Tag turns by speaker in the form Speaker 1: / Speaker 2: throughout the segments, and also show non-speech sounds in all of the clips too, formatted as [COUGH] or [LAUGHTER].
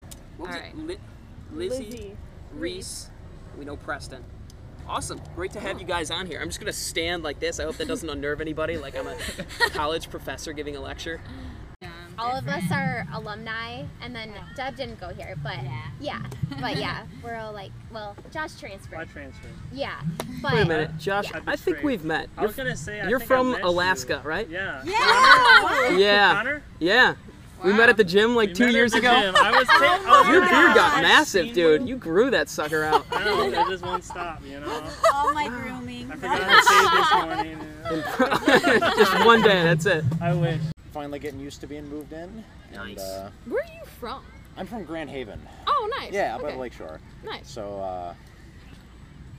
Speaker 1: What was
Speaker 2: All
Speaker 1: it?
Speaker 2: right.
Speaker 1: Li- Lizzie,
Speaker 3: Lizzie.
Speaker 1: Reese. We know Preston. Awesome. Great to have you guys on here. I'm just going to stand like this. I hope that doesn't [LAUGHS] unnerve anybody,
Speaker 4: [LAUGHS]
Speaker 1: like I'm a college professor giving a lecture.
Speaker 5: All of us are alumni, and then Deb didn't go here, but yeah,
Speaker 2: Yeah.
Speaker 5: but yeah, we're all like, well, Josh
Speaker 4: I
Speaker 5: transferred.
Speaker 4: transferred.
Speaker 5: Yeah, but
Speaker 1: Wait a minute, Josh.
Speaker 4: I'd be
Speaker 1: I think
Speaker 4: straight.
Speaker 1: we've met.
Speaker 4: I was gonna say I
Speaker 1: you're
Speaker 4: think I
Speaker 1: from
Speaker 4: met
Speaker 1: Alaska,
Speaker 4: you.
Speaker 1: right?
Speaker 4: Yeah.
Speaker 2: Yeah.
Speaker 1: Yeah.
Speaker 4: Connor?
Speaker 1: Yeah. We met
Speaker 2: Wow.
Speaker 1: at the gym like
Speaker 4: We
Speaker 1: two
Speaker 4: met at
Speaker 1: years
Speaker 4: the
Speaker 1: ago.
Speaker 4: gym. I was ta- oh my
Speaker 1: Your beard got
Speaker 4: gosh.
Speaker 1: massive,
Speaker 4: Seen
Speaker 1: dude.
Speaker 4: you?
Speaker 1: You grew that sucker out.
Speaker 4: I know, it just won't stop, you know.
Speaker 2: All my grooming.
Speaker 4: I forgot to shave this morning.
Speaker 1: [LAUGHS] Just one day, that's it.
Speaker 4: I wish.
Speaker 6: Finally getting used to being moved in. And,
Speaker 1: Nice.
Speaker 6: uh,
Speaker 7: Where are you from?
Speaker 6: I'm from Grand Haven.
Speaker 7: Oh, nice.
Speaker 6: Yeah, up
Speaker 7: okay.
Speaker 6: by the lakeshore.
Speaker 7: Nice.
Speaker 6: So, uh,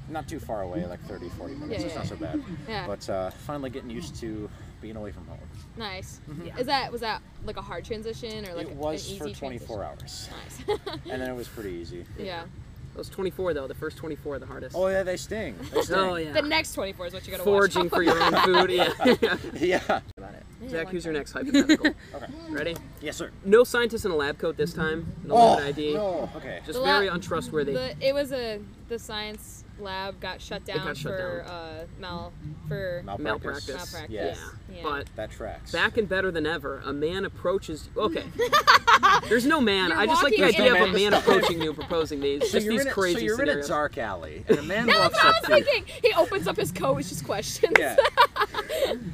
Speaker 6: not too far away, like 30, 40 minutes.
Speaker 7: Yeah,
Speaker 6: it's
Speaker 7: yeah,
Speaker 6: not so bad.
Speaker 7: Yeah.
Speaker 6: But uh, finally getting used to being away from home.
Speaker 7: Nice. Is that was that like a hard transition or like
Speaker 6: mm-hmm. it
Speaker 7: an
Speaker 6: was
Speaker 7: easy
Speaker 6: for 24 hours.
Speaker 7: transition? Nice.
Speaker 6: And then it was pretty easy.
Speaker 7: [LAUGHS] yeah.
Speaker 1: It was 24 though. The first 24 are the hardest.
Speaker 6: Oh, yeah, they sting. They sting.
Speaker 1: [LAUGHS] Oh, yeah.
Speaker 7: The next 24 is what you gotta
Speaker 1: Foraging
Speaker 7: watch. [LAUGHS]
Speaker 1: for your own food. Yeah.
Speaker 6: yeah.
Speaker 1: Zach, here's your next
Speaker 7: [LAUGHS]
Speaker 1: hypothetical.
Speaker 6: Okay.
Speaker 7: Hmm.
Speaker 1: Ready?
Speaker 6: Yes, sir.
Speaker 1: No scientist in a lab coat this time. No
Speaker 6: Oh,
Speaker 1: lab ID.
Speaker 6: no. Okay.
Speaker 1: Just
Speaker 7: The
Speaker 1: very
Speaker 7: lab-
Speaker 1: untrustworthy.
Speaker 7: The, it was a the science lab got shut down
Speaker 1: got shut
Speaker 7: for Uh, mal for
Speaker 6: Malpractice.
Speaker 1: malpractice.
Speaker 7: malpractice.
Speaker 6: Yes.
Speaker 1: Yeah.
Speaker 7: Yeah.
Speaker 1: But
Speaker 6: That tracks.
Speaker 1: back and better than ever, a man approaches.
Speaker 7: [LAUGHS]
Speaker 1: Okay. There's no man.
Speaker 7: You're
Speaker 1: I just like the
Speaker 7: walking
Speaker 1: idea
Speaker 6: in-
Speaker 1: of a man approaching you and proposing these.
Speaker 6: [LAUGHS] So
Speaker 1: just
Speaker 6: you're,
Speaker 1: these
Speaker 6: in a,
Speaker 1: crazy
Speaker 6: so you're in a
Speaker 1: scenarios.
Speaker 6: dark
Speaker 1: [LAUGHS]
Speaker 6: alley, and a man
Speaker 7: That's
Speaker 6: walks
Speaker 7: what I
Speaker 6: up
Speaker 7: was
Speaker 6: to you.
Speaker 7: thinking. He opens up his coat. It's just questions.
Speaker 6: Yeah.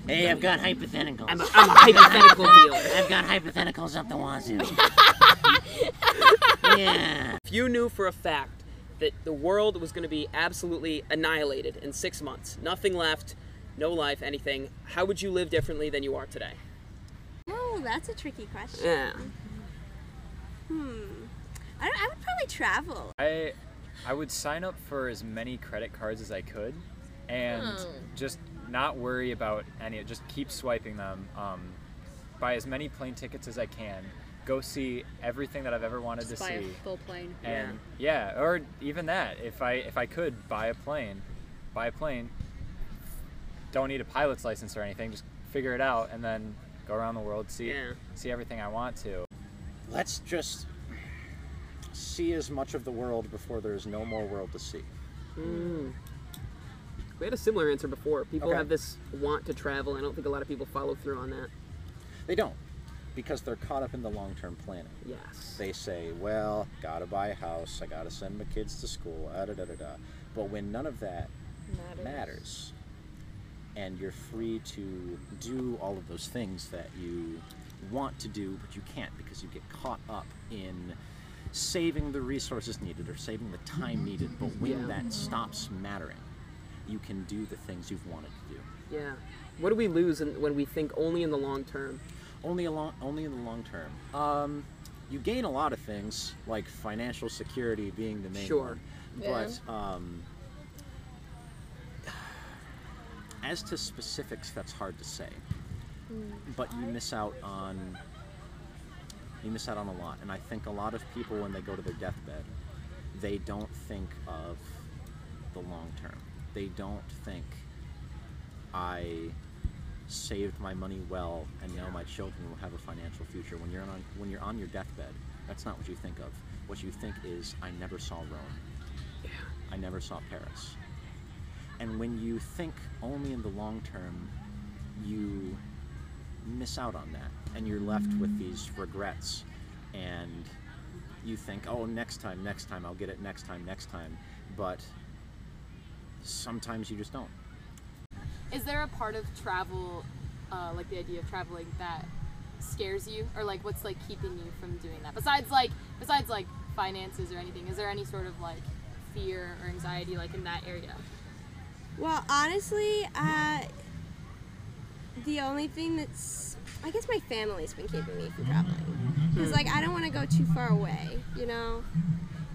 Speaker 8: Hey, I've got hypotheticals.
Speaker 1: I'm a, I'm a
Speaker 8: [LAUGHS]
Speaker 1: hypothetical dealer.
Speaker 8: I've got hypotheticals up the wazoo. yeah.
Speaker 1: If you knew for a fact that the world was going to be absolutely annihilated in six months, nothing left, no life, anything, how would you live differently than you are today?
Speaker 2: Oh, that's a tricky question.
Speaker 1: Yeah.
Speaker 2: Hmm. I, don't, I would probably travel.
Speaker 9: I I would sign up for as many credit cards as I could, and
Speaker 10: Hmm.
Speaker 9: just not worry about any. Just keep swiping them. Um, buy as many plane tickets as I can. Go see everything that I've ever wanted to
Speaker 10: Buy a
Speaker 9: see.
Speaker 10: full plane.
Speaker 9: And yeah. or even that. If I if I could buy a plane, buy a plane. Don't need a pilot's license or anything. Just figure it out and then go around the world, see
Speaker 1: Yeah.
Speaker 9: see everything I want to.
Speaker 6: Let's just see as much of the world before there is no more world to see.
Speaker 1: Hmm. We had a similar answer before. People
Speaker 6: Okay.
Speaker 1: have this want to travel. I don't think a lot of people follow through on that.
Speaker 6: They don't, because they're caught up in the long-term planning.
Speaker 1: Yes.
Speaker 6: They say, "Well, gotta buy a house. I gotta send my kids to school." Ah, Da da da da. da. But when none of that
Speaker 7: Matters.
Speaker 6: matters, and you're free to do all of those things that you want to do, but you can't because you get caught up in saving the resources needed or saving the time needed. But when
Speaker 1: Yeah.
Speaker 6: that stops mattering, you can do the things you've wanted to do.
Speaker 1: Yeah. What do we lose in, when we think only in the long term?
Speaker 6: Only along, only in the long term. Um, you gain a lot of things, like financial security being the main
Speaker 1: Sure.
Speaker 6: one. But um, as to specifics, that's hard to say. But you miss out on you miss out on a lot, and I think a lot of people when they go to their deathbed, they don't think of the long term. They don't think I saved my money well and now my children will have a financial future when you're on when you're on your deathbed that's not what you think of what you think is i never saw rome i never saw paris and when you think only in the long term you miss out on that and you're left with these regrets and you think oh next time next time i'll get it next time next time but sometimes you just don't
Speaker 10: Is there a part of travel, uh, like the idea of traveling, that scares you, or like what's like keeping you from doing that? Besides like besides like finances or anything, is there any sort of like fear or anxiety like in that area?
Speaker 2: Well, honestly, uh, the only thing that's I guess my family's been keeping me from traveling
Speaker 1: Mm-hmm.
Speaker 2: because like I don't want to go too far away, you know.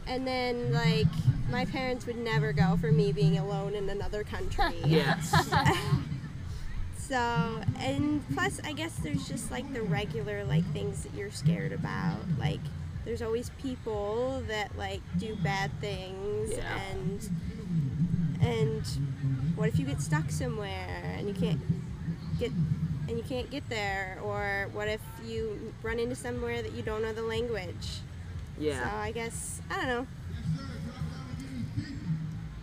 Speaker 2: And then like my parents would never go for me being alone in another country.
Speaker 1: [LAUGHS] Yes.
Speaker 2: [LAUGHS] So, and plus, I guess there's just like the regular like things that you're scared about. Like, there's always people that like do bad things,
Speaker 1: Yeah.
Speaker 2: and and what if you get stuck somewhere and you can't get and you can't get there, or what if you run into somewhere that you don't know the language? So
Speaker 1: Yeah.
Speaker 2: I guess I don't know.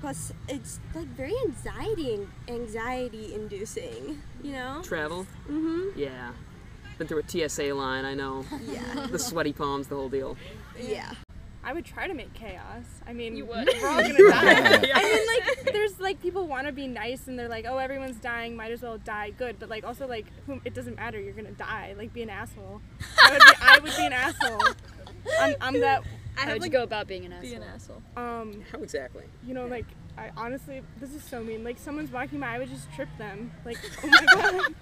Speaker 2: Plus, it's like very anxiety anxiety inducing. You know.
Speaker 1: Travel?
Speaker 2: Mm-hmm.
Speaker 1: Yeah. Been through a TSA line, I know.
Speaker 2: [LAUGHS] Yeah.
Speaker 1: The sweaty palms, the whole deal.
Speaker 2: Yeah.
Speaker 3: I would try to make chaos. I mean,
Speaker 7: You would.
Speaker 1: [LAUGHS]
Speaker 3: we're all gonna die.
Speaker 1: Yeah.
Speaker 3: I mean, like, there's like people want to be nice and they're like, oh, everyone's dying, might as well die good. But like, also like, whom, it doesn't matter, you're gonna die. Like, be an asshole. I would be, I would
Speaker 1: [LAUGHS]
Speaker 3: be an asshole. I'm, I'm that.
Speaker 11: How would you go about being an asshole?
Speaker 3: asshole. Um,
Speaker 1: How exactly?
Speaker 3: you know, like, I honestly, this is so mean. Like, someone's walking by, I would just trip them.
Speaker 1: [LAUGHS]
Speaker 3: Like, oh my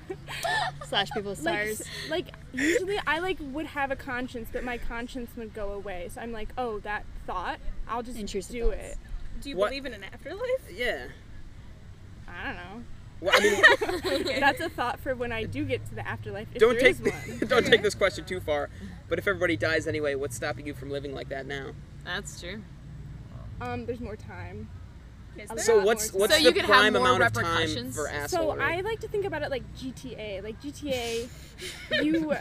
Speaker 3: god.
Speaker 11: Slash people's
Speaker 3: like,
Speaker 11: stars.
Speaker 3: s- like usually I like would have a conscience, but my conscience would go away. So I'm like, oh, that thought, I'll just
Speaker 11: Intrusive
Speaker 3: do
Speaker 11: thoughts.
Speaker 3: it.
Speaker 1: Do you What- believe
Speaker 3: in an afterlife?
Speaker 1: Yeah.
Speaker 3: I don't know.
Speaker 1: Well, I mean,
Speaker 3: [LAUGHS] That's a thought for when I do get to the afterlife. If
Speaker 1: don't
Speaker 3: there
Speaker 1: take [LAUGHS]
Speaker 3: is one.
Speaker 1: don't take this question too far. But if everybody dies anyway, what's stopping you from living like that now?
Speaker 7: That's true.
Speaker 3: Um, there's more time. A
Speaker 1: So
Speaker 3: lot
Speaker 1: what's
Speaker 3: more
Speaker 1: what's
Speaker 3: time.
Speaker 7: So you
Speaker 1: the
Speaker 7: could have
Speaker 1: prime
Speaker 7: more
Speaker 1: amount of time
Speaker 7: repercussions?
Speaker 1: for
Speaker 7: So
Speaker 3: so
Speaker 1: asshole?
Speaker 3: I like to think about it like GTA. Like GTA, you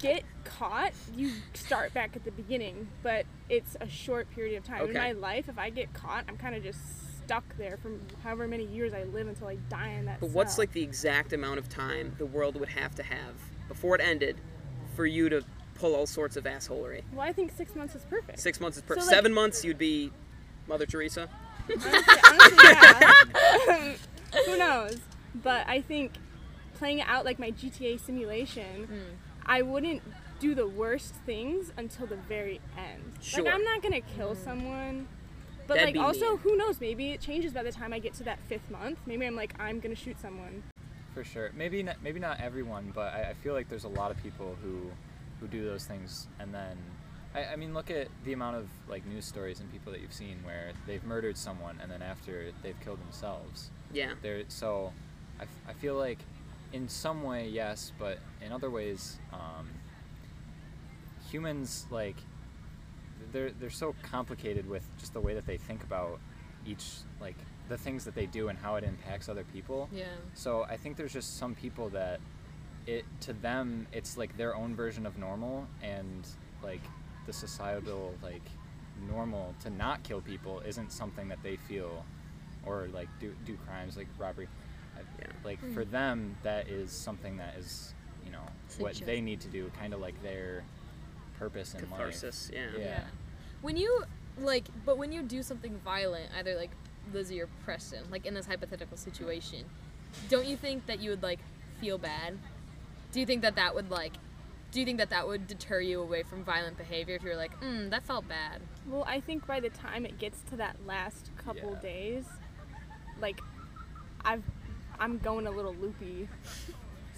Speaker 3: get caught, you start back at the beginning, but it's a short period of time. In
Speaker 1: Okay.
Speaker 3: my life, if I get caught, I'm kind of just stuck there for however many years I live until I die in that.
Speaker 1: But what's
Speaker 3: cell.
Speaker 1: like the exact amount of time the world would have to have before it ended for you to pull all sorts of assholery?
Speaker 3: Well, I think six months is perfect.
Speaker 1: Six months is per
Speaker 3: So, like-
Speaker 1: seven months you'd be Mother Teresa.
Speaker 3: honestly, honestly,
Speaker 1: [LAUGHS]
Speaker 3: yeah. Who knows? But I think playing it out like my GTA simulation,
Speaker 1: Hmm.
Speaker 3: I wouldn't do the worst things until the very end.
Speaker 1: Sure. Hmm.
Speaker 3: Like I'm not gonna kill someone. But
Speaker 1: That'd
Speaker 3: like
Speaker 1: be
Speaker 3: also
Speaker 1: mean.
Speaker 3: who knows, maybe it changes by the time I get to that fifth month. Maybe I'm like, I'm gonna shoot someone.
Speaker 9: For sure. Maybe not, maybe not everyone, but I, I feel like there's a lot of people who who do those things and then I, I mean look at the amount of like news stories and people that you've seen where they've murdered someone and then after they've killed themselves. [LAUGHS]
Speaker 1: Yeah.
Speaker 9: There so I, f- I feel like in some way yes, but in other ways um, humans like they're they're so complicated with just the way that they think about each like the things that they do and how it impacts other people.
Speaker 7: Yeah.
Speaker 9: So I think there's just some people that it to them it's like their own version of normal and like the societal like normal to not kill people isn't something that they feel or like do do crimes like robbery. I-
Speaker 1: Yeah.
Speaker 9: Like for them that is something that is, you know, what
Speaker 11: Suggest-
Speaker 9: they need to do, kind of like their purpose in
Speaker 1: Catharsis, yeah.
Speaker 9: life. Yeah.
Speaker 7: Yeah. When you like, but when you do something violent, either like Lizzie or Preston, like in this hypothetical situation, don't you think that you would like feel bad? Do you think that that would like, do you think that that would deter you away from violent behavior if you're like, mm, that felt bad?
Speaker 3: Well, I think by the time it gets to that last couple
Speaker 9: Yeah.
Speaker 3: days, like I've I'm going a little loopy.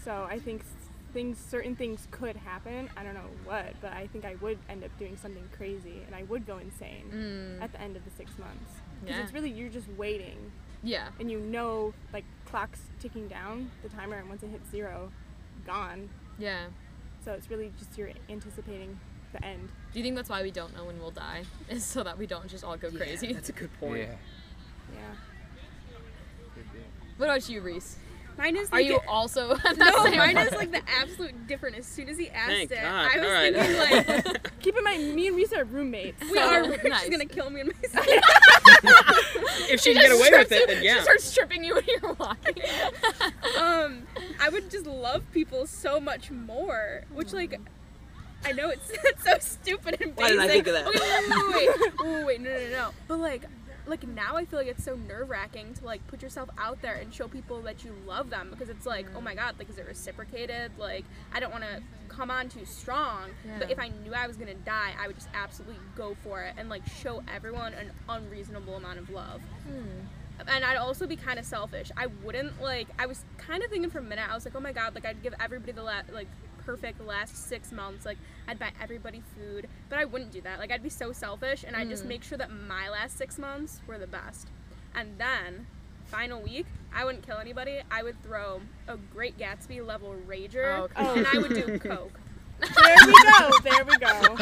Speaker 3: So I think s- things certain things could happen. I don't know what, but I think I would end up doing something crazy and I would go insane at the end of the 6 months. Cuz
Speaker 7: Mm. Yeah.
Speaker 3: it's really you're just waiting
Speaker 7: Yeah.
Speaker 3: and you know like clock's ticking down the timer and once it hits 0, gone.
Speaker 7: Yeah.
Speaker 3: So it's really just you're anticipating the end.
Speaker 7: Do you think that's why we don't know when we'll die? [LAUGHS] Is so that we don't just all go crazy?
Speaker 1: That's a
Speaker 12: [LAUGHS]
Speaker 1: good point.
Speaker 9: Yeah.
Speaker 3: Yeah.
Speaker 7: What about you, Reese?
Speaker 11: Mine is
Speaker 7: Are
Speaker 11: like
Speaker 7: you
Speaker 11: a-
Speaker 7: also [LAUGHS] on that
Speaker 11: no,
Speaker 7: same
Speaker 11: mine is like the absolute different. As soon as he asked
Speaker 1: Thank
Speaker 11: it,
Speaker 1: God.
Speaker 11: I was
Speaker 1: All right.
Speaker 11: thinking
Speaker 1: [LAUGHS]
Speaker 11: like
Speaker 3: Keep in mind me and Reese are roommates.
Speaker 11: we are
Speaker 3: [LAUGHS]
Speaker 7: So,
Speaker 11: she's
Speaker 7: nice.
Speaker 11: gonna kill me and my son.
Speaker 1: If she can get away with it, then
Speaker 7: She
Speaker 1: yeah.
Speaker 7: starts tripping you when you're
Speaker 1: [LAUGHS]
Speaker 7: walking.
Speaker 11: um, I would just love people so much more, which like. I know it's, [LAUGHS] it's so stupid and basic.
Speaker 1: Why didn't I think of that?
Speaker 11: Okay, wait, wait, wait, wait, wait, wait, no, no, no, no. But like, like now I feel like it's so nerve wracking to like put yourself out there and show people that you love them because it's like, oh my god, like is it reciprocated? Like I don't want to come on too strong. But
Speaker 7: Yeah.
Speaker 11: if I knew I was gonna die, I would just absolutely go for it and like show everyone an unreasonable amount of love
Speaker 3: Hmm.
Speaker 11: and I'd also be kind of selfish. I wouldn't like. I was kind of thinking for a minute. I was like, oh my god, like I'd give everybody the la- like perfect last six months. Like I'd buy everybody food, but I wouldn't do that. Like I'd be so selfish, and I'd
Speaker 3: Mm.
Speaker 11: just make sure that my last six months were the best. And then, final week, I wouldn't kill anybody. I would throw a Great Gatsby level rager,
Speaker 7: Oh, okay.
Speaker 11: and I would
Speaker 1: [LAUGHS]
Speaker 11: do coke.
Speaker 3: [LAUGHS] There we go. There we go.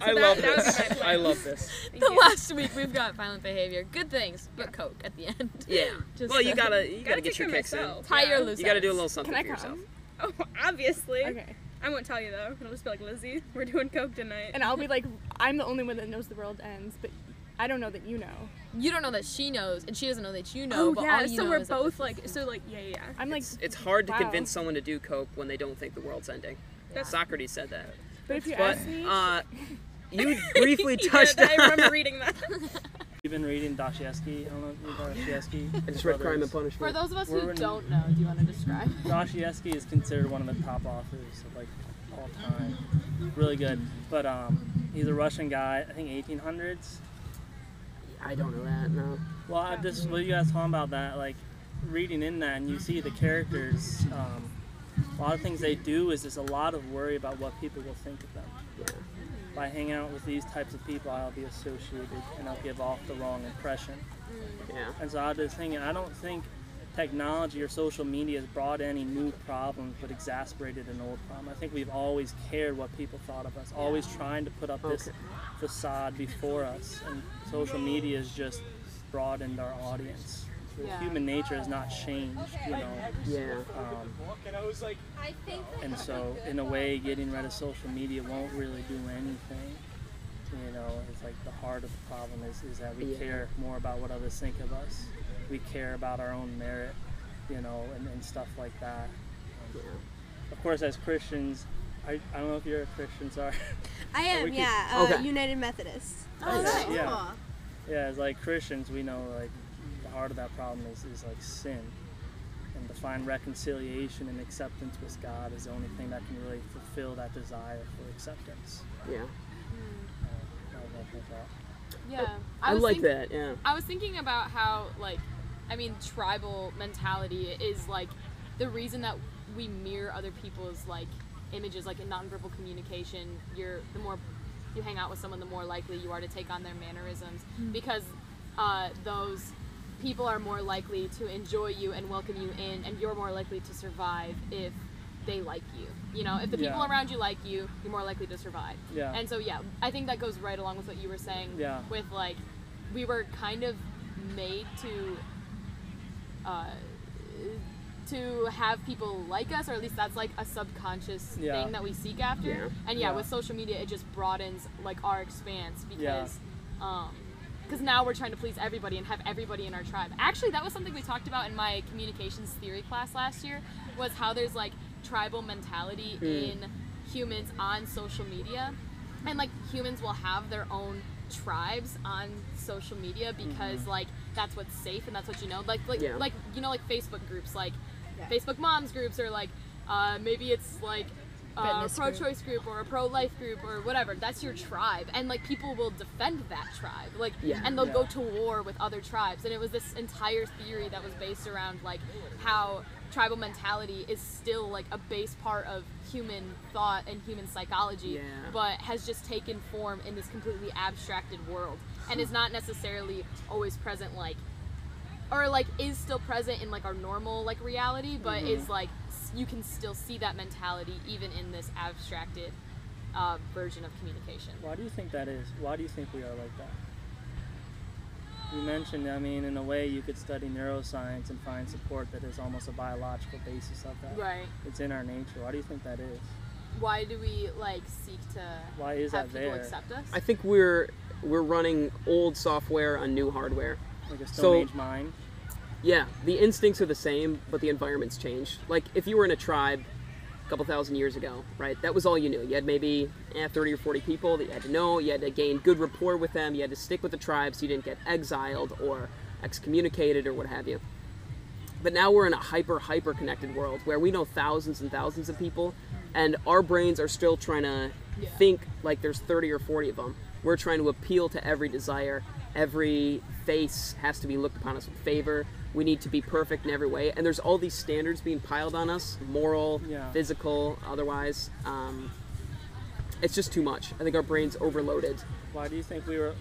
Speaker 1: I
Speaker 11: that-
Speaker 1: love
Speaker 11: that was my
Speaker 1: this.
Speaker 11: plan.
Speaker 1: I love this.
Speaker 11: [LAUGHS] Thank
Speaker 7: the
Speaker 11: you.
Speaker 7: last week we've got violent behavior. Good things, but coke at the end.
Speaker 1: Yeah.
Speaker 7: Just,
Speaker 1: well, you
Speaker 7: uh,
Speaker 1: gotta you
Speaker 11: Gotta
Speaker 1: gotta get
Speaker 11: take
Speaker 1: your
Speaker 11: care of
Speaker 1: kicks in.
Speaker 11: myself.
Speaker 7: Tie your
Speaker 11: Yeah.
Speaker 7: loose
Speaker 1: You gotta do a
Speaker 7: ends.
Speaker 3: [LAUGHS]
Speaker 1: little something
Speaker 3: Can I
Speaker 1: for yourself.
Speaker 3: come?
Speaker 11: Oh, obviously.
Speaker 3: Okay.
Speaker 11: I won't tell you though. It'll just be like Lizzie, [LAUGHS] we're doing coke tonight.
Speaker 3: And I'll be like, I'm the only one that knows the world ends, but I don't know that you know.
Speaker 13: You don't know that she knows, and she doesn't know that you know.
Speaker 3: Oh,
Speaker 13: but
Speaker 3: yeah,
Speaker 13: all you
Speaker 3: so
Speaker 13: know
Speaker 3: we're
Speaker 13: is that
Speaker 11: both like, so like, yeah, yeah. yeah.
Speaker 3: I'm like,
Speaker 1: It's hard to
Speaker 3: wow.
Speaker 1: convince someone to do coke when they don't think the world's ending. Socrates said that.
Speaker 3: But if you
Speaker 1: But
Speaker 3: ask me, [LAUGHS]
Speaker 1: uh, you briefly
Speaker 11: [LAUGHS] Yeah,
Speaker 1: touched
Speaker 11: I
Speaker 1: [LAUGHS]
Speaker 11: remember
Speaker 1: on-
Speaker 11: reading that.
Speaker 4: You've been reading Dostoevsky. I don't know if you know Dostoevsky.
Speaker 1: [LAUGHS] I just read
Speaker 4: Brothers.
Speaker 1: Crime and Punishment.
Speaker 7: For those of us
Speaker 4: We're
Speaker 7: who
Speaker 4: in-
Speaker 7: don't know, do you want to describe?
Speaker 4: Dostoevsky is considered one of the top authors of like all time. Really good. But um, he's a Russian guy. I think 1800s.
Speaker 1: I don't know that. No.
Speaker 4: Well, I just what you guys talking about that like reading in that and you see the characters. Um, a lot of things they do is there's a lot of worry about what people will think of them. By hanging out with these types of people, I'll be associated and I'll give off the wrong impression.
Speaker 5: Mm,
Speaker 1: Yeah.
Speaker 4: And so I was thinking, I don't think technology or social media has brought any new problems, but exacerbated an old problem. I think we've always cared what people thought of us, always trying to put up this facade before us, and social media has just broadened our audience.
Speaker 9: Yeah.
Speaker 4: Human nature has not changed, you know.
Speaker 1: Yeah.
Speaker 4: Um,
Speaker 9: and I was like,
Speaker 14: I think
Speaker 4: and so, in a way, getting rid of social media won't really do anything. You know, it's like the heart of the problem is, is that we
Speaker 1: Yeah.
Speaker 4: care more about what others think of us. We care about our own merit, you know, and, and stuff like that. Um, Of course, as Christians, I, I don't know if you're a Christian, sorry. [LAUGHS]
Speaker 2: I
Speaker 4: But we
Speaker 2: am,
Speaker 4: keep-
Speaker 2: yeah. Uh, United Methodist.
Speaker 7: Oh,
Speaker 5: Oh,
Speaker 4: yeah. yeah. Yeah, as like Christians, we know like the heart of that problem is, is like sin. And to find reconciliation and acceptance with God is the only thing that can really fulfill that desire for acceptance. Mm-hmm.
Speaker 1: Yeah.
Speaker 4: I don't know if you thought-
Speaker 7: Yeah.
Speaker 1: I,
Speaker 7: was
Speaker 1: like
Speaker 7: think-
Speaker 1: that. Yeah.
Speaker 7: I was thinking about how, like, I mean, tribal mentality is like the reason that we mirror other people's like images, like in nonverbal communication. You're the more you hang out with someone, the more likely you are to take on their mannerisms
Speaker 1: Hmm.
Speaker 14: Mm.
Speaker 7: because uh, those people are more likely to enjoy you and welcome you in, and you're more likely to survive if they like you. You know, if the people
Speaker 4: Yeah.
Speaker 7: around you like you, you're more likely to survive.
Speaker 4: Yeah.
Speaker 7: And so, yeah, I think that goes right along with what you were saying
Speaker 4: Yeah.
Speaker 7: with like we were kind of made to uh, to have people like us or at least that's like a subconscious
Speaker 4: Yeah.
Speaker 7: thing that we seek after
Speaker 4: Yeah.
Speaker 7: and yeah,
Speaker 4: Yeah.
Speaker 7: with social media it just broadens like our expanse
Speaker 4: Yeah.
Speaker 7: because um because now we're trying to please everybody and have everybody in our tribe actually that was something we talked about in my communications theory class last year was how there's like tribal mentality
Speaker 14: Mm.
Speaker 7: in humans on social media and like humans will have their own tribes on social media because
Speaker 14: Mhm.
Speaker 7: like that's what's safe and that's what you know like like
Speaker 14: Yeah.
Speaker 7: like you know like facebook groups like
Speaker 14: Yeah.
Speaker 7: facebook moms groups or like uh, maybe it's like uh, a
Speaker 14: Fitness group.
Speaker 7: pro-choice group or a pro-life group or whatever that's your tribe and like people will defend that tribe like
Speaker 14: Yeah.
Speaker 7: and they'll go
Speaker 14: Yeah.
Speaker 7: to war with other tribes and it was this entire theory that was based around like how tribal mentality is still like a base part of human thought and human psychology
Speaker 14: Yeah.
Speaker 7: but has just taken form in this completely abstracted world and is not necessarily always present like or like is still present in like our normal like reality but
Speaker 14: Mhm.
Speaker 7: is like s- you can still see that mentality even in this abstracted uh, version of communication
Speaker 4: Why do you think that is? Why do you think we are like that? You mentioned, I mean, in a way, you could study neuroscience and find support that is almost a biological basis of that.
Speaker 7: Right.
Speaker 4: It's in our nature. Why do you think that is?
Speaker 7: why do we like seek to
Speaker 4: Why is
Speaker 7: have
Speaker 4: that
Speaker 7: people
Speaker 4: there?
Speaker 7: accept us
Speaker 1: I think we're we're running old software on new hardware.
Speaker 4: Like a Stone
Speaker 1: so,
Speaker 4: Age mine.
Speaker 1: Yeah, the instincts are the same, but the environment's changed. Like if you were in a tribe a couple thousand years ago, right? That was all you knew. You had maybe eh, 30 or 40 people that you had to know. You had to gain good rapport with them. You had to stick with the tribe so you didn't get exiled or excommunicated or what have you. But now we're in a hyper hyper connected world where we know thousands and thousands of people, and our brains are still trying to
Speaker 14: Yeah.
Speaker 1: think like there's 30 or 40 of them. We're trying to appeal to every desire. Every face has to be looked upon us with favor. We need to be perfect in every way, and there's all these standards being piled on us: moral,
Speaker 4: Yeah.
Speaker 1: physical, otherwise. Um, it's just too much. I think our brains overloaded.
Speaker 4: Why do you think we were,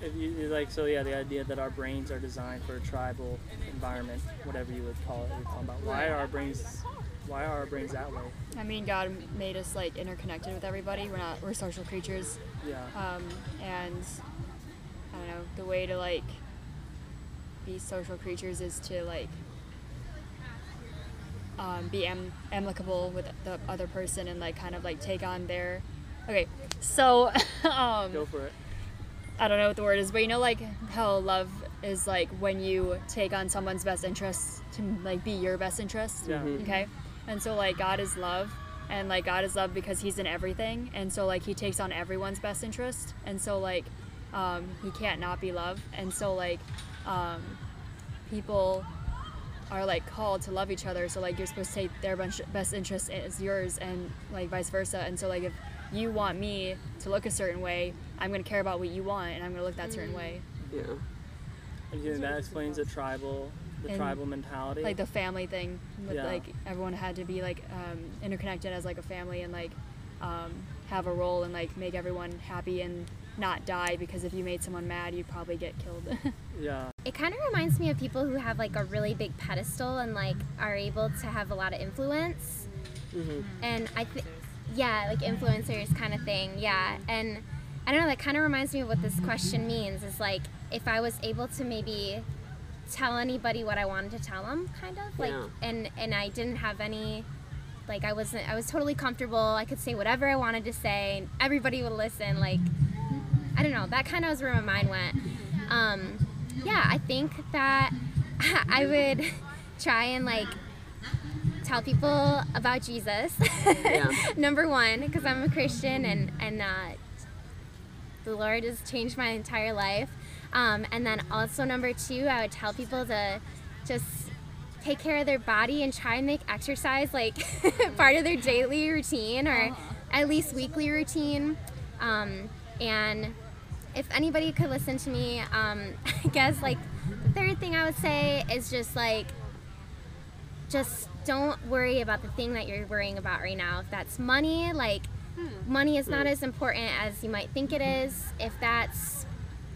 Speaker 4: if you you like, so yeah, the idea that our brains are designed for a tribal environment, whatever you would call it, you're talking about. Why are our brains, why are our brains that way?
Speaker 15: I mean, God made us like interconnected with everybody. We're not we're social creatures.
Speaker 4: Yeah.
Speaker 15: Um, and I don't know the way to like be social creatures is to like um, be am- amicable with the other person and like kind of like take on their. Okay, so [LAUGHS] um,
Speaker 4: Go for it.
Speaker 15: I don't know what the word is, but you know like how love is like when you take on someone's best interests to like be your best interest.
Speaker 16: Yeah.
Speaker 4: Mm-hmm.
Speaker 16: Mhm.
Speaker 15: Okay, and so like God is love. And like God is love because He's in everything, and so like He takes on everyone's best interest, and so like um, He can't not be love, and so like um, people are like called to love each other so like you're supposed to take their bunch best interest as yours and like vice versa and so like if you want me to look a certain way i'm going to care about what you want and i'm going to look that certain way
Speaker 1: Yeah.
Speaker 4: Again, that explains the tribal, the
Speaker 15: And,
Speaker 4: tribal mentality.
Speaker 15: like the family thing with
Speaker 4: Yeah.
Speaker 15: like everyone had to be like um, interconnected as like a family and like um, have a role and like make everyone happy and not die because if you made someone mad you'd probably get killed
Speaker 4: yeah.
Speaker 5: It kind of reminds me of people who have like a really big pedestal and like are able to have a lot of influence.
Speaker 1: Mm-hmm.
Speaker 5: And I think, yeah, like influencers kind of thing. Yeah. And I don't know, that kind of reminds me of what this question means is like if I was able to maybe tell anybody what I wanted to tell them, kind of like,
Speaker 16: Yeah.
Speaker 5: and, and I didn't have any. Like I wasn't, I was totally comfortable. I could say whatever I wanted to say, and everybody would listen. Like, I don't know. That kind of was where my mind went. Um, yeah, I think that [LAUGHS] I would try and like tell people about Jesus. [LAUGHS] Number one, because I'm a Christian and and uh, the Lord has changed my entire life. Um, and then also number two, I would tell people to just take care of their body and try and make exercise like [LAUGHS] part of their daily routine or at least weekly routine. Um, and if anybody could listen to me, um, [LAUGHS] I guess like the third thing I would say is just like just don't worry about the thing that you're worrying about right now. If that's money, like money is not
Speaker 16: Mm.
Speaker 5: as important as you might think it is. If that's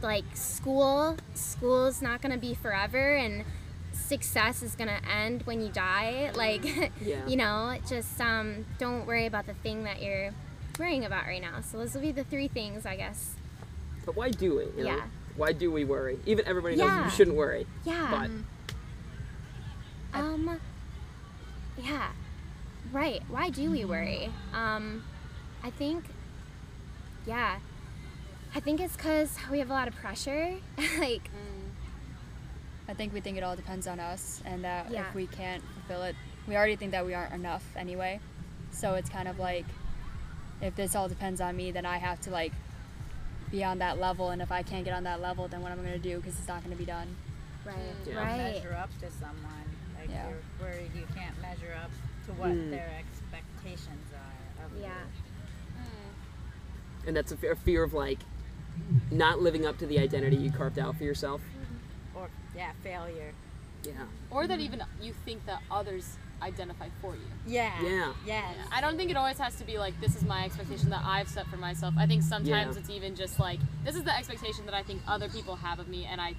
Speaker 5: like school, school's not going to be forever and success is going to end when you die. Like, [LAUGHS]
Speaker 16: Yeah.
Speaker 5: you know, just um, don't worry about the thing that you're worrying about right now. So those will be the three things, I guess.
Speaker 1: But why do we? You know?
Speaker 5: Yeah.
Speaker 1: Why do we worry? Even everybody knows
Speaker 5: Yeah.
Speaker 1: you shouldn't worry.
Speaker 5: Yeah.
Speaker 1: But
Speaker 5: Um. Yeah. Right. Why do we worry? Um, I think. Yeah. I think it's because we have a lot of pressure.
Speaker 15: [LAUGHS]
Speaker 5: like.
Speaker 15: I think we think it all depends on us, and that
Speaker 5: Yeah.
Speaker 15: if we can't fulfill it, we already think that we aren't enough anyway. So it's kind of like, if this all depends on me, then I have to like be on that level, and if I can't get on that level, then what am I gonna do? Because it's not gonna be done.
Speaker 5: Right.
Speaker 7: Mm.
Speaker 12: to measure up to someone. Like
Speaker 15: Yeah.
Speaker 12: you're worried you can't measure up to what
Speaker 1: Mm.
Speaker 12: their expectations are of
Speaker 5: yeah.
Speaker 1: and that's a fear, a fear of like not living up to the identity you carved out for yourself.
Speaker 12: you. Or yeah, failure.
Speaker 1: Yeah. Mm-hmm.
Speaker 10: Or that even you think that others identify for you.
Speaker 12: Yeah.
Speaker 1: Yeah.
Speaker 12: Yes.
Speaker 10: I don't think it always has to be like this is my expectation that I've set for myself. I think sometimes
Speaker 1: Yeah.
Speaker 10: it's even just like this is the expectation that I think other people have of me, and I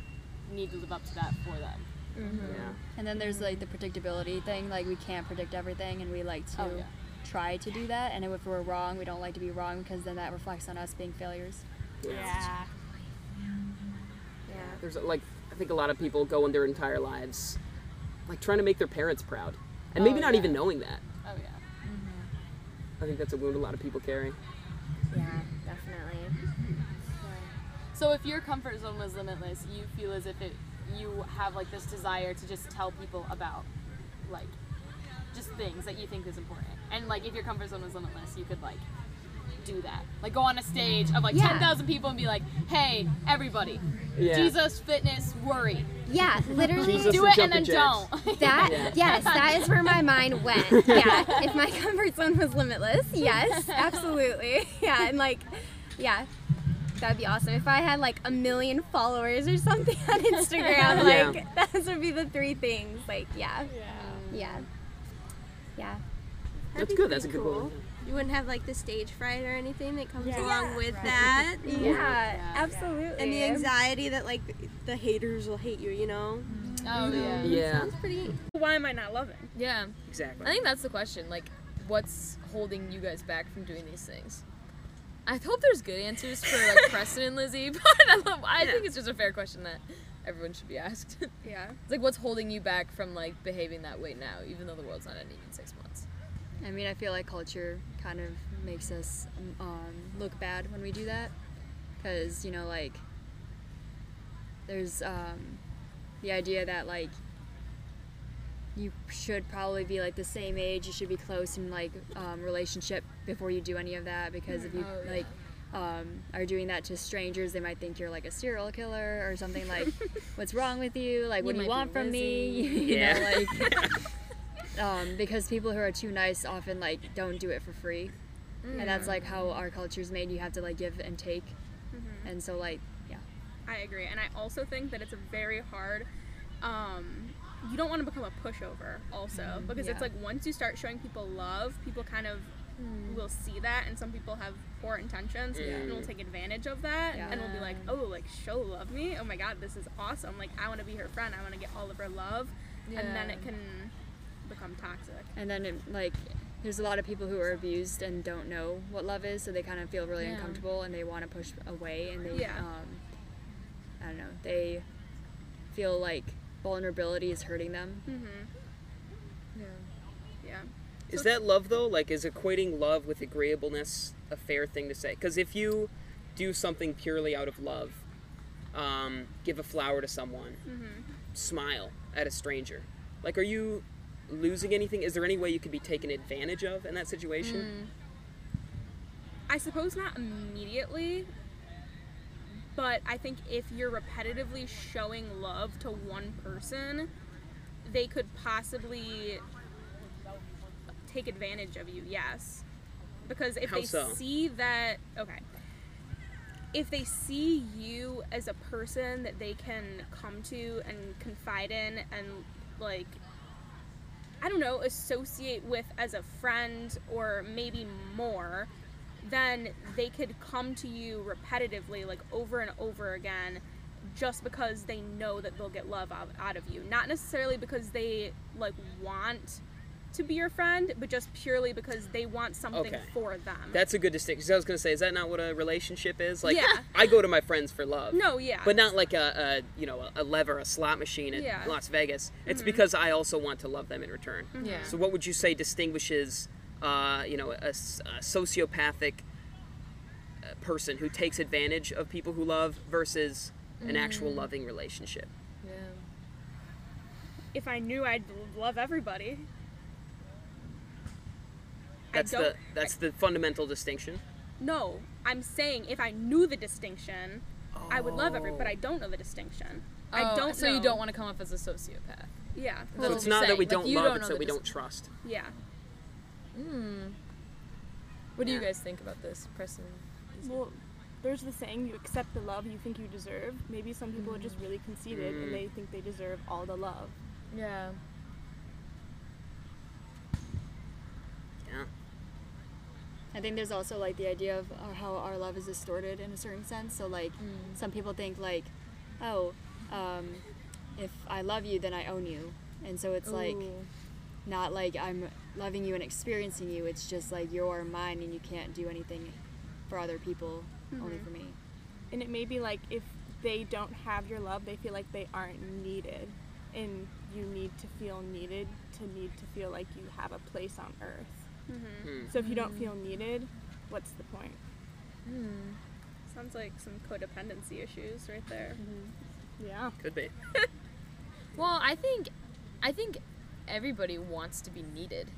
Speaker 10: need to live up to that for them. Yeah.
Speaker 15: And then there's like the predictability thing, like we can't predict everything, and we like to
Speaker 10: Oh, yeah.
Speaker 15: try to do that. And if we're wrong, we don't like to be wrong because then that reflects on us being failures.
Speaker 12: Yeah.
Speaker 1: There's like I think a lot of people go in their entire lives like trying to make their parents proud, and maybe
Speaker 10: Oh,
Speaker 1: not
Speaker 10: yeah.
Speaker 1: even knowing that.
Speaker 10: Oh yeah.
Speaker 1: Mm-hmm. I think that's a wound a lot of people carry.
Speaker 5: Yeah. Definitely.
Speaker 10: So if your comfort zone was limitless, you feel as if it you have like this desire to just tell people about like just things that you think is important. And like if your comfort zone was limitless, you could like do that. Like go on a stage of like
Speaker 5: Yeah.
Speaker 10: 10,000 people and be like, "Hey, everybody.
Speaker 5: Yeah.
Speaker 10: Jesus fitness worry."
Speaker 5: Yeah, literally
Speaker 10: Jesus Do and it and jumping then jacks. don't.
Speaker 5: That
Speaker 10: Yeah.
Speaker 5: yes, that is where my mind went. Yeah, if my [LAUGHS] comfort zone was limitless, yes, absolutely. [LAUGHS] Yeah, and like, yeah, that'd be awesome. If I had like a million followers or something [LAUGHS] on Instagram,
Speaker 16: Yeah.
Speaker 5: like those would be the three things. Like, yeah, yeah, yeah.
Speaker 1: That's good. That's a good one.
Speaker 2: You wouldn't have like the stage fright or anything that comes
Speaker 5: Yeah.
Speaker 2: along with
Speaker 5: Right. [LAUGHS]
Speaker 2: that.
Speaker 5: Yeah, Yeah. absolutely.
Speaker 2: And the anxiety that like the haters will hate you, you know?
Speaker 7: Oh, yeah.
Speaker 1: Yeah.
Speaker 2: Sounds pretty.
Speaker 7: Why am I not loving? Yeah.
Speaker 1: Exactly.
Speaker 7: I think that's the question. Like, what's holding you guys back from doing these things?
Speaker 11: [LAUGHS]
Speaker 7: [LAUGHS] I hope there's good answers for like Preston and Lizzie, but I, love, I think it's just a fair question that everyone should be asked. [LAUGHS]
Speaker 11: Yeah.
Speaker 7: It's like what's holding you back from like behaving that way now, even though the world's not ending in six months.
Speaker 15: I mean, I feel like culture kind of makes us um, look bad when we do that. Because, you know, like, there's um, the idea that, like, you should probably be, like, the same age, you should be close in, like, um, relationship before you do any of that. Because if you,
Speaker 7: Oh, yeah.
Speaker 15: like, um, are doing that to strangers, they might think you're, like, a serial killer or something.
Speaker 7: [LAUGHS]
Speaker 15: Like, what's wrong with you? Like,
Speaker 7: You
Speaker 15: what do
Speaker 7: might
Speaker 15: you
Speaker 7: be
Speaker 15: want from me?
Speaker 7: Lizzie.
Speaker 15: [LAUGHS] you know,
Speaker 7: Yeah.
Speaker 15: like, um, because people who are too nice often like don't do it for free and that's
Speaker 11: Mhm.
Speaker 15: like how our culture's made you have to like give and take
Speaker 11: Mhm.
Speaker 15: and so like yeah
Speaker 11: I agree, and I also think that it's a very hard. Um, you don't want to become a pushover, also,
Speaker 7: Mm,
Speaker 11: because
Speaker 7: yeah.
Speaker 11: it's like once you start showing people love, people kind of will see that, and some people have poor intentions
Speaker 7: Yeah.
Speaker 11: and will take advantage of that,
Speaker 7: Yeah.
Speaker 11: and will be like, "Oh, like show love me. Oh my God, this is awesome. Like I want to be her friend. I want to get all of her love," and then
Speaker 15: Yeah.
Speaker 11: it can become toxic.
Speaker 15: and then it, like there's a lot of people who are abused and don't know what love is so they kind of feel really
Speaker 11: Yeah.
Speaker 15: uncomfortable and they want to push away and they
Speaker 11: Yeah.
Speaker 15: um, i don't know they feel like vulnerability is hurting them
Speaker 4: Mm,
Speaker 11: Mhm.
Speaker 7: Yeah.
Speaker 11: Yeah.
Speaker 1: Is that love though? Like, is equating love with agreeableness a fair thing to say? Because if you do something purely out of love, um, give a flower to someone,
Speaker 15: Mm-hmm.
Speaker 11: Mhm.
Speaker 1: smile at a stranger, like, are you losing anything? Is there any way you could be taken advantage of in that situation?
Speaker 11: Mm. I suppose not immediately, but I think if you're repetitively showing love to one person, they could possibly take advantage of you, yes. Because if
Speaker 1: How
Speaker 11: they
Speaker 1: so?
Speaker 11: see that, okay. If they see you as a person that they can come to and confide in and like I don't know, associate with as a friend or maybe more, then they could come to you repetitively, like over and over again, just because they know that they'll get love out, out of you. Not necessarily because they like want to be your friend, but just purely because they want something
Speaker 1: Okay.
Speaker 11: for them.
Speaker 1: That's a good distinction. 'Cause I was gonna say, is that not what a relationship is? Like,
Speaker 11: Yeah.
Speaker 1: I go to my friends for love.
Speaker 11: No, yeah.
Speaker 1: But not like a, a you know a lever, a slot machine at
Speaker 11: Yeah.
Speaker 1: Las Vegas. It's
Speaker 11: Mhm.
Speaker 1: because I also want to love them in return.
Speaker 11: Mhm. Yeah.
Speaker 1: So what would you say distinguishes, uh, you know, a, s- a sociopathic uh, person who takes advantage of people who love versus an actual
Speaker 11: Mm.
Speaker 1: loving relationship?
Speaker 7: Yeah.
Speaker 11: If I knew, I'd love everybody. I
Speaker 1: That's the
Speaker 11: don't-
Speaker 1: that's the fundamental distinction.
Speaker 11: No, I'm saying if I knew the distinction, I would love every, but
Speaker 7: Oh.
Speaker 11: I don't know the distinction.
Speaker 7: Oh,
Speaker 11: I don't.
Speaker 7: So you don't
Speaker 11: know.
Speaker 7: want to come off as a sociopath.
Speaker 11: Yeah.
Speaker 7: That's
Speaker 1: So
Speaker 7: what
Speaker 1: it's
Speaker 7: you're
Speaker 1: not that
Speaker 7: saying.
Speaker 1: we
Speaker 7: Like,
Speaker 1: don't
Speaker 7: you
Speaker 1: love;
Speaker 7: don't
Speaker 1: it's
Speaker 7: know
Speaker 1: that
Speaker 7: the
Speaker 1: we don't
Speaker 7: dis-
Speaker 1: trust.
Speaker 11: Yeah.
Speaker 7: Mm. What do you guys think about this, Preston?
Speaker 3: Well, there's the saying you accept the love you think you deserve. Maybe some people are just really conceited
Speaker 7: Mm.
Speaker 3: and they think they deserve all the love.
Speaker 7: Yeah.
Speaker 1: Yeah.
Speaker 15: I think there's also like the idea of uh, how our love is distorted in a certain sense. So like
Speaker 7: Mm.
Speaker 15: some people think like, oh, um, if I love you, then I own you, and so it's like
Speaker 7: Ooh.
Speaker 15: not like I'm loving you and experiencing you. It's just like you're mine and you can't do anything for other people, only
Speaker 7: Mm-hmm.
Speaker 3: Mhm.
Speaker 15: for me.
Speaker 3: And it may be like if they don't have your love, they feel like they aren't needed. And you need to feel needed to need to feel like you have a place on earth.
Speaker 11: Mhm. Hmm.
Speaker 3: So if you don't
Speaker 11: Mhm.
Speaker 3: feel needed, what's the point? Hmm.
Speaker 11: Sounds like some codependency issues right there.
Speaker 3: Mm-hmm. Yeah.
Speaker 1: Could be.
Speaker 7: Well, I think, I think everybody wants to be needed.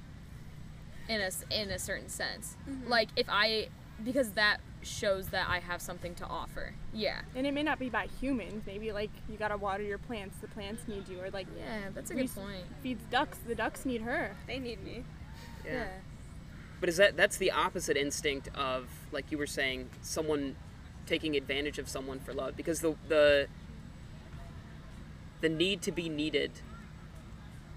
Speaker 7: In a s- in a certain sense,
Speaker 11: Mhm.
Speaker 7: like if I, because that shows that I have something to offer. Yeah.
Speaker 3: And it may not be by humans. Maybe like you gotta water your plants. The plants need you, or like
Speaker 7: Yeah, that's a good
Speaker 3: Reese
Speaker 7: point.
Speaker 3: Feeds ducks. The ducks need her.
Speaker 11: They need me.
Speaker 1: Yeah. But is that that's the opposite instinct of like you were saying someone taking advantage of someone for love because the the the need to be needed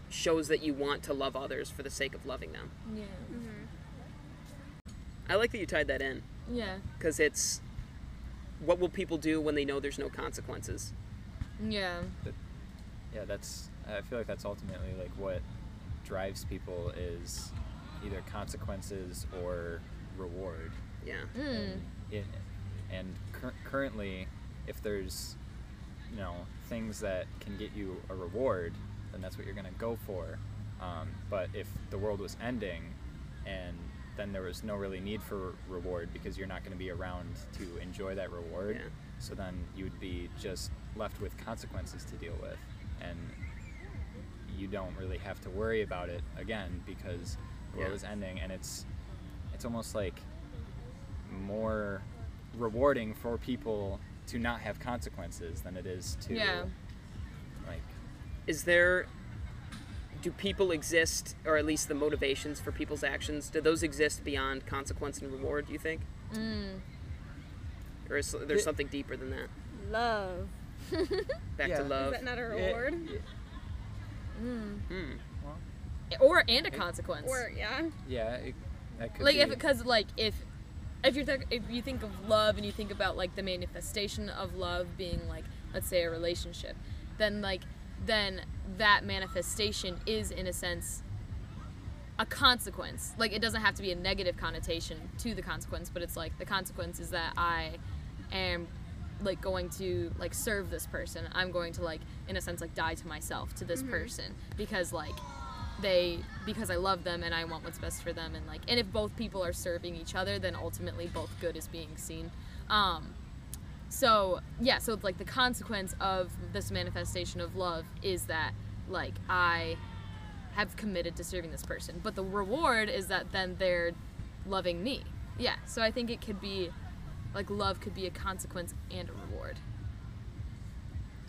Speaker 1: shows that you want to love others for the sake of loving them.
Speaker 7: Yeah.
Speaker 15: Mm-hmm.
Speaker 1: I like that you tied that in
Speaker 7: Yeah.
Speaker 1: because it's what will people do when they know there's no consequences?
Speaker 7: Yeah.
Speaker 9: But, yeah, that's. I feel like that's ultimately like what drives people is either consequences or reward.
Speaker 1: Yeah.
Speaker 7: Mm.
Speaker 9: And, it- and cur- currently, if there's you know things that can get you a reward, then that's what you're going to go for. Um, but if the world was ending and then there was no really need for reward because you're not going to be around to enjoy that reward, so then you would be just left with consequences to deal with. And you don't really have to worry about it again because the world
Speaker 6: Yeah.
Speaker 9: is ending and it's it's almost like more rewarding for people to not have consequences than it is to
Speaker 7: Yeah.
Speaker 9: like
Speaker 1: Is there do people exist or at least the motivations for people's actions do those exist beyond consequence and reward, do you think?
Speaker 7: Mm.
Speaker 1: Or is there
Speaker 9: The-
Speaker 1: something deeper than that?
Speaker 2: [LAUGHS]
Speaker 3: Love.
Speaker 1: Back
Speaker 9: Yeah.
Speaker 1: to
Speaker 9: Is
Speaker 1: love.
Speaker 7: that
Speaker 11: not a
Speaker 9: Yeah.
Speaker 11: reward?
Speaker 7: Mm.
Speaker 1: Hmm.
Speaker 7: Or and a
Speaker 9: It-
Speaker 7: consequence.
Speaker 11: Or yeah.
Speaker 9: yeah it, that could
Speaker 7: like
Speaker 9: be,
Speaker 7: if because like if if you're talk- if you think of love and you think about like the manifestation of love being like let's say a relationship then like then that manifestation is in a sense a consequence like it doesn't have to be a negative connotation to the consequence but it's like the consequence is that i am like going to like serve this person i'm going to like in a sense like die to myself to
Speaker 9: Mm-hmm.
Speaker 7: this
Speaker 11: Mhm.
Speaker 7: person because like they because I love them and I want what's best for them and like and if both people are serving each other then ultimately both good is being seen um so yeah so like the consequence of this manifestation of love is that like I have committed to serving this person but the reward is that then they're loving me yeah so I think it could be like love could be a consequence and a reward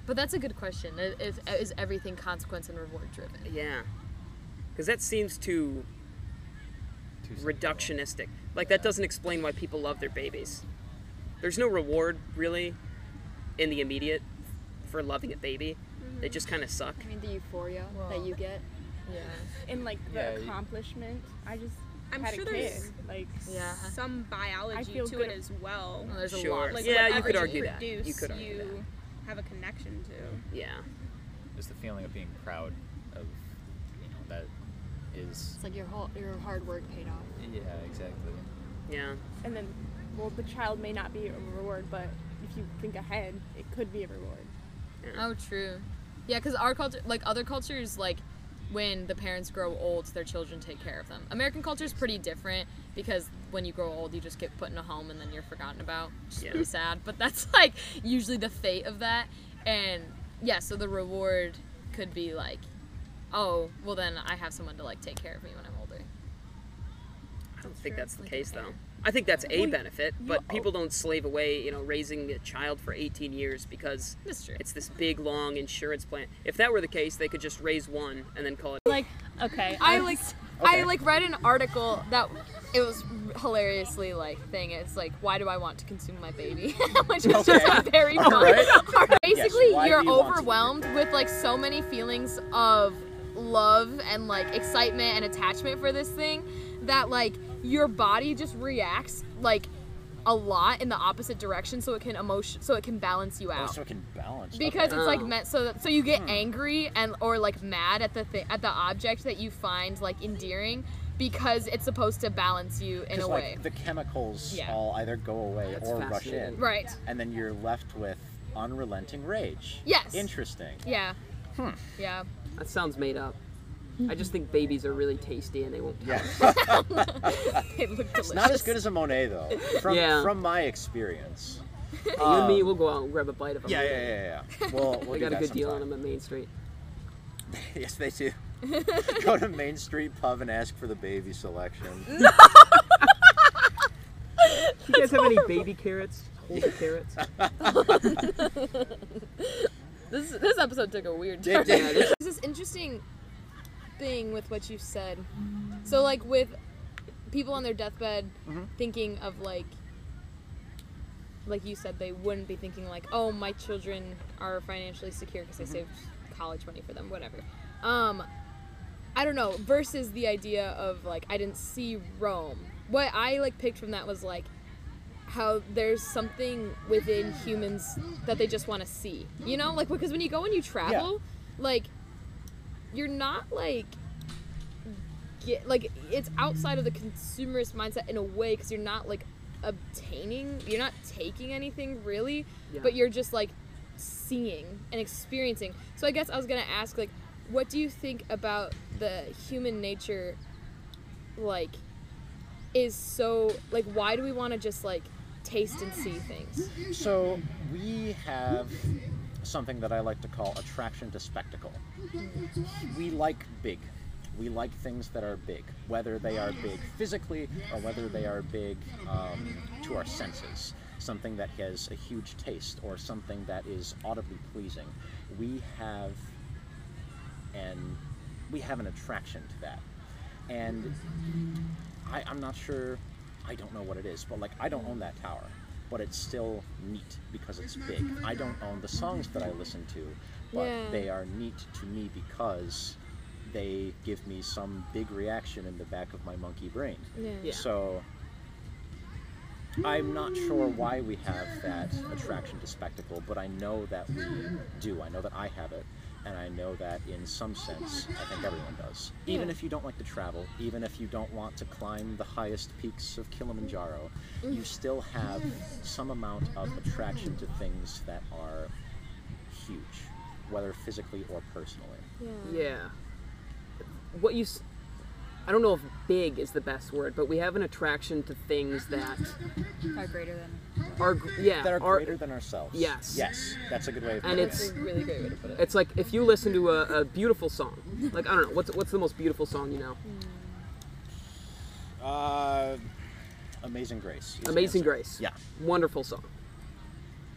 Speaker 7: but that's a good question I- is, is everything consequence and reward driven
Speaker 1: Yeah. Because that seems too, reductionistic. Like, that doesn't explain why people love their babies. There's no reward, really, in the immediate for loving a baby. They just kind of suck.
Speaker 15: I mean, the euphoria that you get.
Speaker 3: Yeah. And like the
Speaker 1: Yeah, you-
Speaker 3: accomplishment. I just.
Speaker 11: I'm
Speaker 3: had
Speaker 11: sure
Speaker 3: a kid.
Speaker 11: there's
Speaker 3: like
Speaker 11: yeah. some biology
Speaker 3: feel
Speaker 11: to
Speaker 3: good
Speaker 11: it
Speaker 3: ab-
Speaker 11: as well.
Speaker 1: Well, there's a Sure. lot of
Speaker 11: Like,
Speaker 1: Yeah, you
Speaker 11: whatever
Speaker 1: could argue that.
Speaker 11: produce,
Speaker 1: You could argue
Speaker 11: you have a connection to.
Speaker 1: Yeah.
Speaker 9: just the feeling of being proud of you know that is
Speaker 15: It's like your whole your hard work paid off.
Speaker 9: yeah exactly
Speaker 1: Yeah.
Speaker 3: And then, well, the child may not be a reward, but if you think ahead, it could be a reward.
Speaker 7: Oh, true. Yeah, because our culture, like other cultures, like when the parents grow old, their children take care of them. American culture is pretty different because when you grow old, you just get put in a home and then you're forgotten about. It's
Speaker 11: Yeah.
Speaker 7: pretty sad, but that's [LAUGHS] like usually the fate of that. And yeah, so the reward could be like, oh, well then I have someone to like take care of me when I'm older.
Speaker 1: I don't think that's the case, though. I think that's a
Speaker 7: Well,
Speaker 1: benefit, but people don't slave away, you know, raising a child for 18 years because it's this big, long insurance plan. If that were the case, they could just raise one and then call it.
Speaker 7: Like,
Speaker 16: okay.
Speaker 7: I
Speaker 16: I-
Speaker 7: like
Speaker 16: okay.
Speaker 7: I like read an article that it was hilariously like thing. It's like why do I want to consume my baby, [LAUGHS] which is just like, very
Speaker 16: All
Speaker 7: fun. [LAUGHS]
Speaker 16: right.
Speaker 7: Or Basically,
Speaker 16: Yes, why do
Speaker 7: you're
Speaker 16: you want to?
Speaker 7: overwhelmed with like so many feelings of love and like excitement and attachment for this thing that like your body just reacts like a lot in the opposite direction so it can emotion so it can balance you
Speaker 6: Oh,
Speaker 7: out
Speaker 6: so it can balance.
Speaker 7: because
Speaker 6: okay.
Speaker 7: it's like meant so that Hmm. so you get angry and or like mad at the thi- at the object that you find like endearing because it's supposed to balance you in
Speaker 6: 'Cause,
Speaker 7: a
Speaker 6: like,
Speaker 7: way
Speaker 6: the chemicals
Speaker 7: Yeah.
Speaker 6: all either go away
Speaker 7: That's
Speaker 6: or rush
Speaker 7: fascinating.
Speaker 6: in.
Speaker 7: Right.
Speaker 6: And then you're left with unrelenting rage.
Speaker 7: Yes.
Speaker 6: Interesting.
Speaker 7: yeah yeah
Speaker 1: That sounds made up. I just think babies are really tasty and they won't tell.
Speaker 6: [LAUGHS]
Speaker 7: [LAUGHS] they look delicious.
Speaker 6: It's not as good as a Monet though.
Speaker 7: [LAUGHS]
Speaker 6: From
Speaker 1: Yeah.
Speaker 6: from my experience.
Speaker 1: you and me,
Speaker 6: Um,
Speaker 1: we'll go out and grab a bite of them.
Speaker 6: Yeah, yeah, yeah,
Speaker 1: [LAUGHS]
Speaker 6: yeah. We'll, we'll do
Speaker 1: they got a
Speaker 6: that
Speaker 1: good deal on
Speaker 6: sometime.
Speaker 1: them at Main Street.
Speaker 6: [LAUGHS] yes, they
Speaker 7: [LAUGHS]
Speaker 6: do. [LAUGHS] Go
Speaker 1: [LAUGHS]
Speaker 6: to Main Street Pub and ask for the baby selection.
Speaker 1: Do you guys have any baby [LAUGHS] carrots? Older carrots?
Speaker 6: [LAUGHS]
Speaker 15: [LAUGHS]
Speaker 7: this this episode took a weird
Speaker 1: It
Speaker 7: turn.
Speaker 1: did.
Speaker 7: [LAUGHS] There's this interesting thing with what you said. So like with people on their deathbed thinking of like like you said they wouldn't be thinking like oh my children are financially secure because I saved college money for them whatever. Um I don't know versus the idea of like I didn't see Rome. What I like picked from that was like how there's something within humans that they just want to see. You know, like because when you go and you travel, like you're not like get like it's outside of the consumerist mindset in a way because you're not like obtaining, you're not taking anything really,
Speaker 16: Yeah.
Speaker 7: but you're just like seeing and experiencing. So I guess I was gonna ask, like, what do you think about the human nature, like, is so like, why do we want to just like taste and see things?
Speaker 6: So we have something that I like to call attraction to spectacle. We like big. We like things that are big, whether they are big physically or whether they are big um, to our senses. Something that has a huge taste or something that is audibly pleasing. We have and we have an attraction to that. And
Speaker 7: Mm.
Speaker 6: I, I'm not sure, I don't know what it is, but like I don't own that tower, but it's still neat because it's big. I don't own the songs that I listen to, but
Speaker 7: Yeah.
Speaker 6: they are neat to me because they give me some big reaction in the back of my monkey brain.
Speaker 7: Yeah. Yeah.
Speaker 6: So I'm not sure why we have that attraction to spectacle, but I know that we do. I know that I have it, and I know that in some sense, I think everyone does. Even
Speaker 16: Yeah.
Speaker 6: if you don't like to travel, even if you don't want to climb the highest peaks of Kilimanjaro, you still have some amount of attraction to things that are huge, whether physically or personally.
Speaker 1: Yeah. What you. s- I don't know if big is the best word, but we have an attraction to things that
Speaker 12: Are greater than.
Speaker 1: are, gr- yeah.
Speaker 6: that are, greater than ourselves.
Speaker 1: Yes.
Speaker 6: Yes, that's a good way of
Speaker 1: and
Speaker 6: putting
Speaker 1: it's
Speaker 6: it.
Speaker 7: great way to put it.
Speaker 1: It's like if you listen to a, a beautiful song, like I don't know, what's what's the most beautiful song you know?
Speaker 6: Uh, Amazing Grace. is the
Speaker 1: Amazing
Speaker 6: answer.
Speaker 1: Grace.
Speaker 6: Yeah.
Speaker 1: Wonderful song.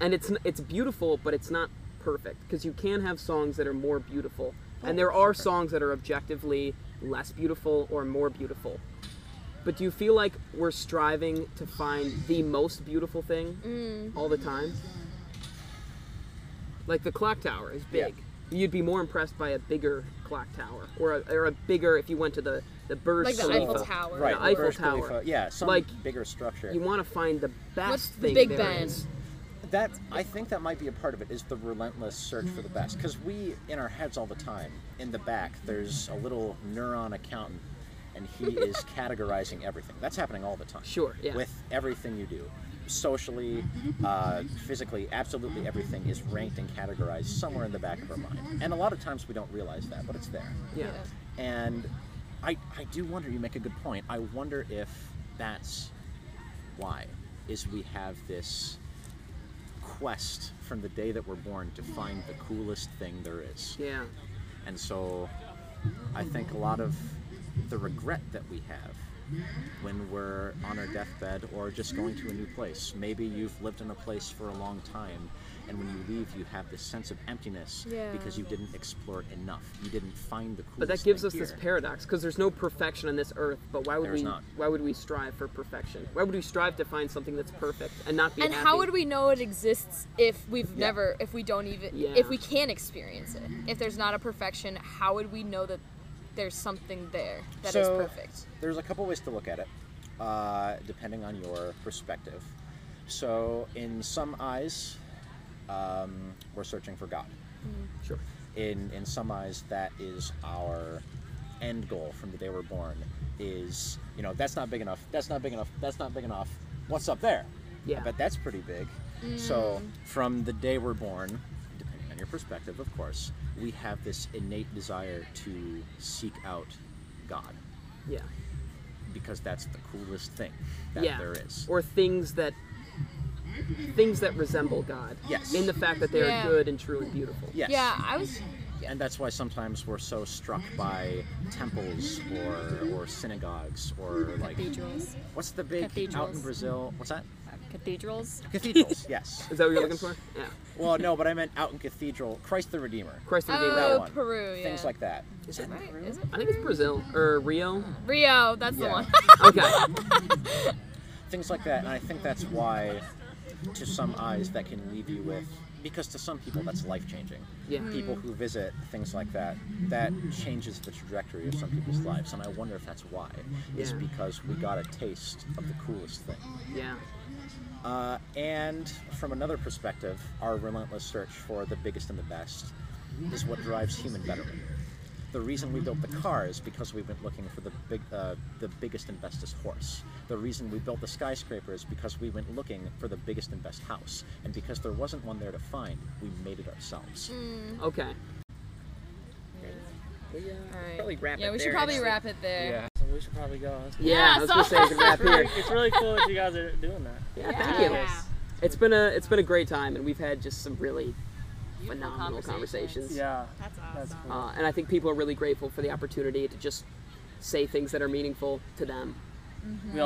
Speaker 1: And it's n- it's beautiful, but it's not perfect because you can have songs that are more beautiful, and
Speaker 6: Oh,
Speaker 1: there are songs that are objectively less beautiful or more beautiful. But do you feel like we're striving to find the most beautiful thing all the time? Like the clock tower is
Speaker 6: Yeah.
Speaker 1: big. You'd be more impressed by a bigger clock tower, or a, or a bigger if you went to the the Burj
Speaker 7: Like the
Speaker 1: Khalifa,
Speaker 7: Eiffel Tower.
Speaker 6: Right.
Speaker 1: the Eiffel
Speaker 6: Burj
Speaker 1: Tower,
Speaker 6: Khalifa. Yeah, some
Speaker 1: like
Speaker 6: bigger structure.
Speaker 1: you want to find the best
Speaker 7: What's the
Speaker 1: thing.
Speaker 7: Big
Speaker 1: there
Speaker 7: Ben?
Speaker 1: is.
Speaker 6: That I think that might be a part of it is the relentless search for the best because we in our heads all the time in the back there's a little neuron accountant and
Speaker 1: [LAUGHS]
Speaker 6: he is categorizing everything that's happening all the time
Speaker 1: Sure, yeah.
Speaker 6: with everything you do socially uh, physically absolutely everything is ranked and categorized somewhere in the back of our mind and a lot of times we don't realize that but it's there
Speaker 1: Yeah.
Speaker 6: and I, I do wonder, you make a good point. I wonder if that's why, is we have this quest from the day that we're born to find the coolest thing there is.
Speaker 1: Yeah.
Speaker 6: And so I think a lot of the regret that we have when we're on our deathbed or just going to a new place. Maybe you've lived in a place for a long time, and when you leave, you have this sense of emptiness
Speaker 1: Yeah.
Speaker 6: because you didn't explore it enough. You didn't find the coolest
Speaker 1: But that gives
Speaker 6: thing
Speaker 1: us this
Speaker 6: here.
Speaker 1: paradox because there's no perfection on this earth. But why would
Speaker 6: There's
Speaker 1: we?
Speaker 6: not.
Speaker 1: Why would we strive for perfection? Why would we strive to find something that's perfect and not be?
Speaker 7: And
Speaker 1: happy?
Speaker 7: how would we know it exists if we've
Speaker 1: Yeah.
Speaker 7: never, if we don't even,
Speaker 1: Yeah.
Speaker 7: if we can't experience it? If there's not a perfection, how would we know that there's something there that is
Speaker 6: So,
Speaker 7: perfect?
Speaker 6: There's a couple ways to look at it, uh, depending on your perspective. So, in some eyes, um, we're searching for God.
Speaker 7: Mm.
Speaker 1: Sure.
Speaker 6: In in some eyes, that is our end goal from the day we're born. Is you know that's not big enough. That's not big enough. That's not big enough. What's up there?
Speaker 1: Yeah.
Speaker 6: I bet that's pretty big. So
Speaker 1: Mm.
Speaker 6: from the day we're born, depending on your perspective, of course, we have this innate desire to seek out God
Speaker 1: Yeah.
Speaker 6: because that's the coolest thing that
Speaker 1: yeah.
Speaker 6: there is.
Speaker 1: Or things that. Things that resemble God.
Speaker 6: Yes.
Speaker 1: In the fact that they
Speaker 6: Yeah.
Speaker 1: are good and true and beautiful.
Speaker 6: Yes.
Speaker 7: I was.
Speaker 6: And that's why sometimes we're so struck by temples or or synagogues or like
Speaker 15: Cathedrals.
Speaker 6: What's the big out in
Speaker 15: Cathedrals.
Speaker 6: Brazil? What's that?
Speaker 15: Cathedrals.
Speaker 1: [LAUGHS]
Speaker 6: Cathedrals. yes.
Speaker 1: Is that what you're
Speaker 6: Yes.
Speaker 1: looking for? Yeah.
Speaker 6: Well, no, but I meant out in Cathedral, Christ the Redeemer.
Speaker 1: Christ the
Speaker 7: Oh,
Speaker 1: Redeemer.
Speaker 6: That one.
Speaker 7: Peru, yeah.
Speaker 6: Things like that.
Speaker 1: Is it Peru? I think it's Brazil or Rio.
Speaker 7: Rio, that's
Speaker 6: Yeah.
Speaker 7: the
Speaker 1: [LAUGHS]
Speaker 6: [LAUGHS]
Speaker 7: one. [LAUGHS]
Speaker 6: Things like that, and I think that's why, to some eyes, that can leave you with. Because to some people, that's life changing.
Speaker 1: Yeah.
Speaker 6: People who visit things like that, that changes the trajectory of some people's lives, and I wonder if that's why. It's
Speaker 1: Yeah.
Speaker 6: because we got a taste of the coolest thing.
Speaker 1: Yeah.
Speaker 6: Uh, and from another perspective, our relentless search for the biggest and the best is what drives human betterment. The reason we built the car is because we went looking for the big, uh, the biggest and bestest horse. The reason we built the skyscraper is because we went looking for the biggest and best house. And because there wasn't one there to find, we made it ourselves.
Speaker 1: Okay.
Speaker 12: uh,
Speaker 4: Probably wrap
Speaker 7: Yeah, we should probably wrap it there.
Speaker 4: So we should probably go.
Speaker 1: Yeah, I was gonna say we could wrap
Speaker 4: it's really,
Speaker 1: here.
Speaker 4: it's really cool that you guys are doing that.
Speaker 1: Yeah, thank you. It's been a it's been a great time, and we've had just some really phenomenal conversations.
Speaker 4: Yeah, that's awesome.
Speaker 1: Uh, and I think people are really grateful for the opportunity to just say things that are meaningful to them.
Speaker 4: We all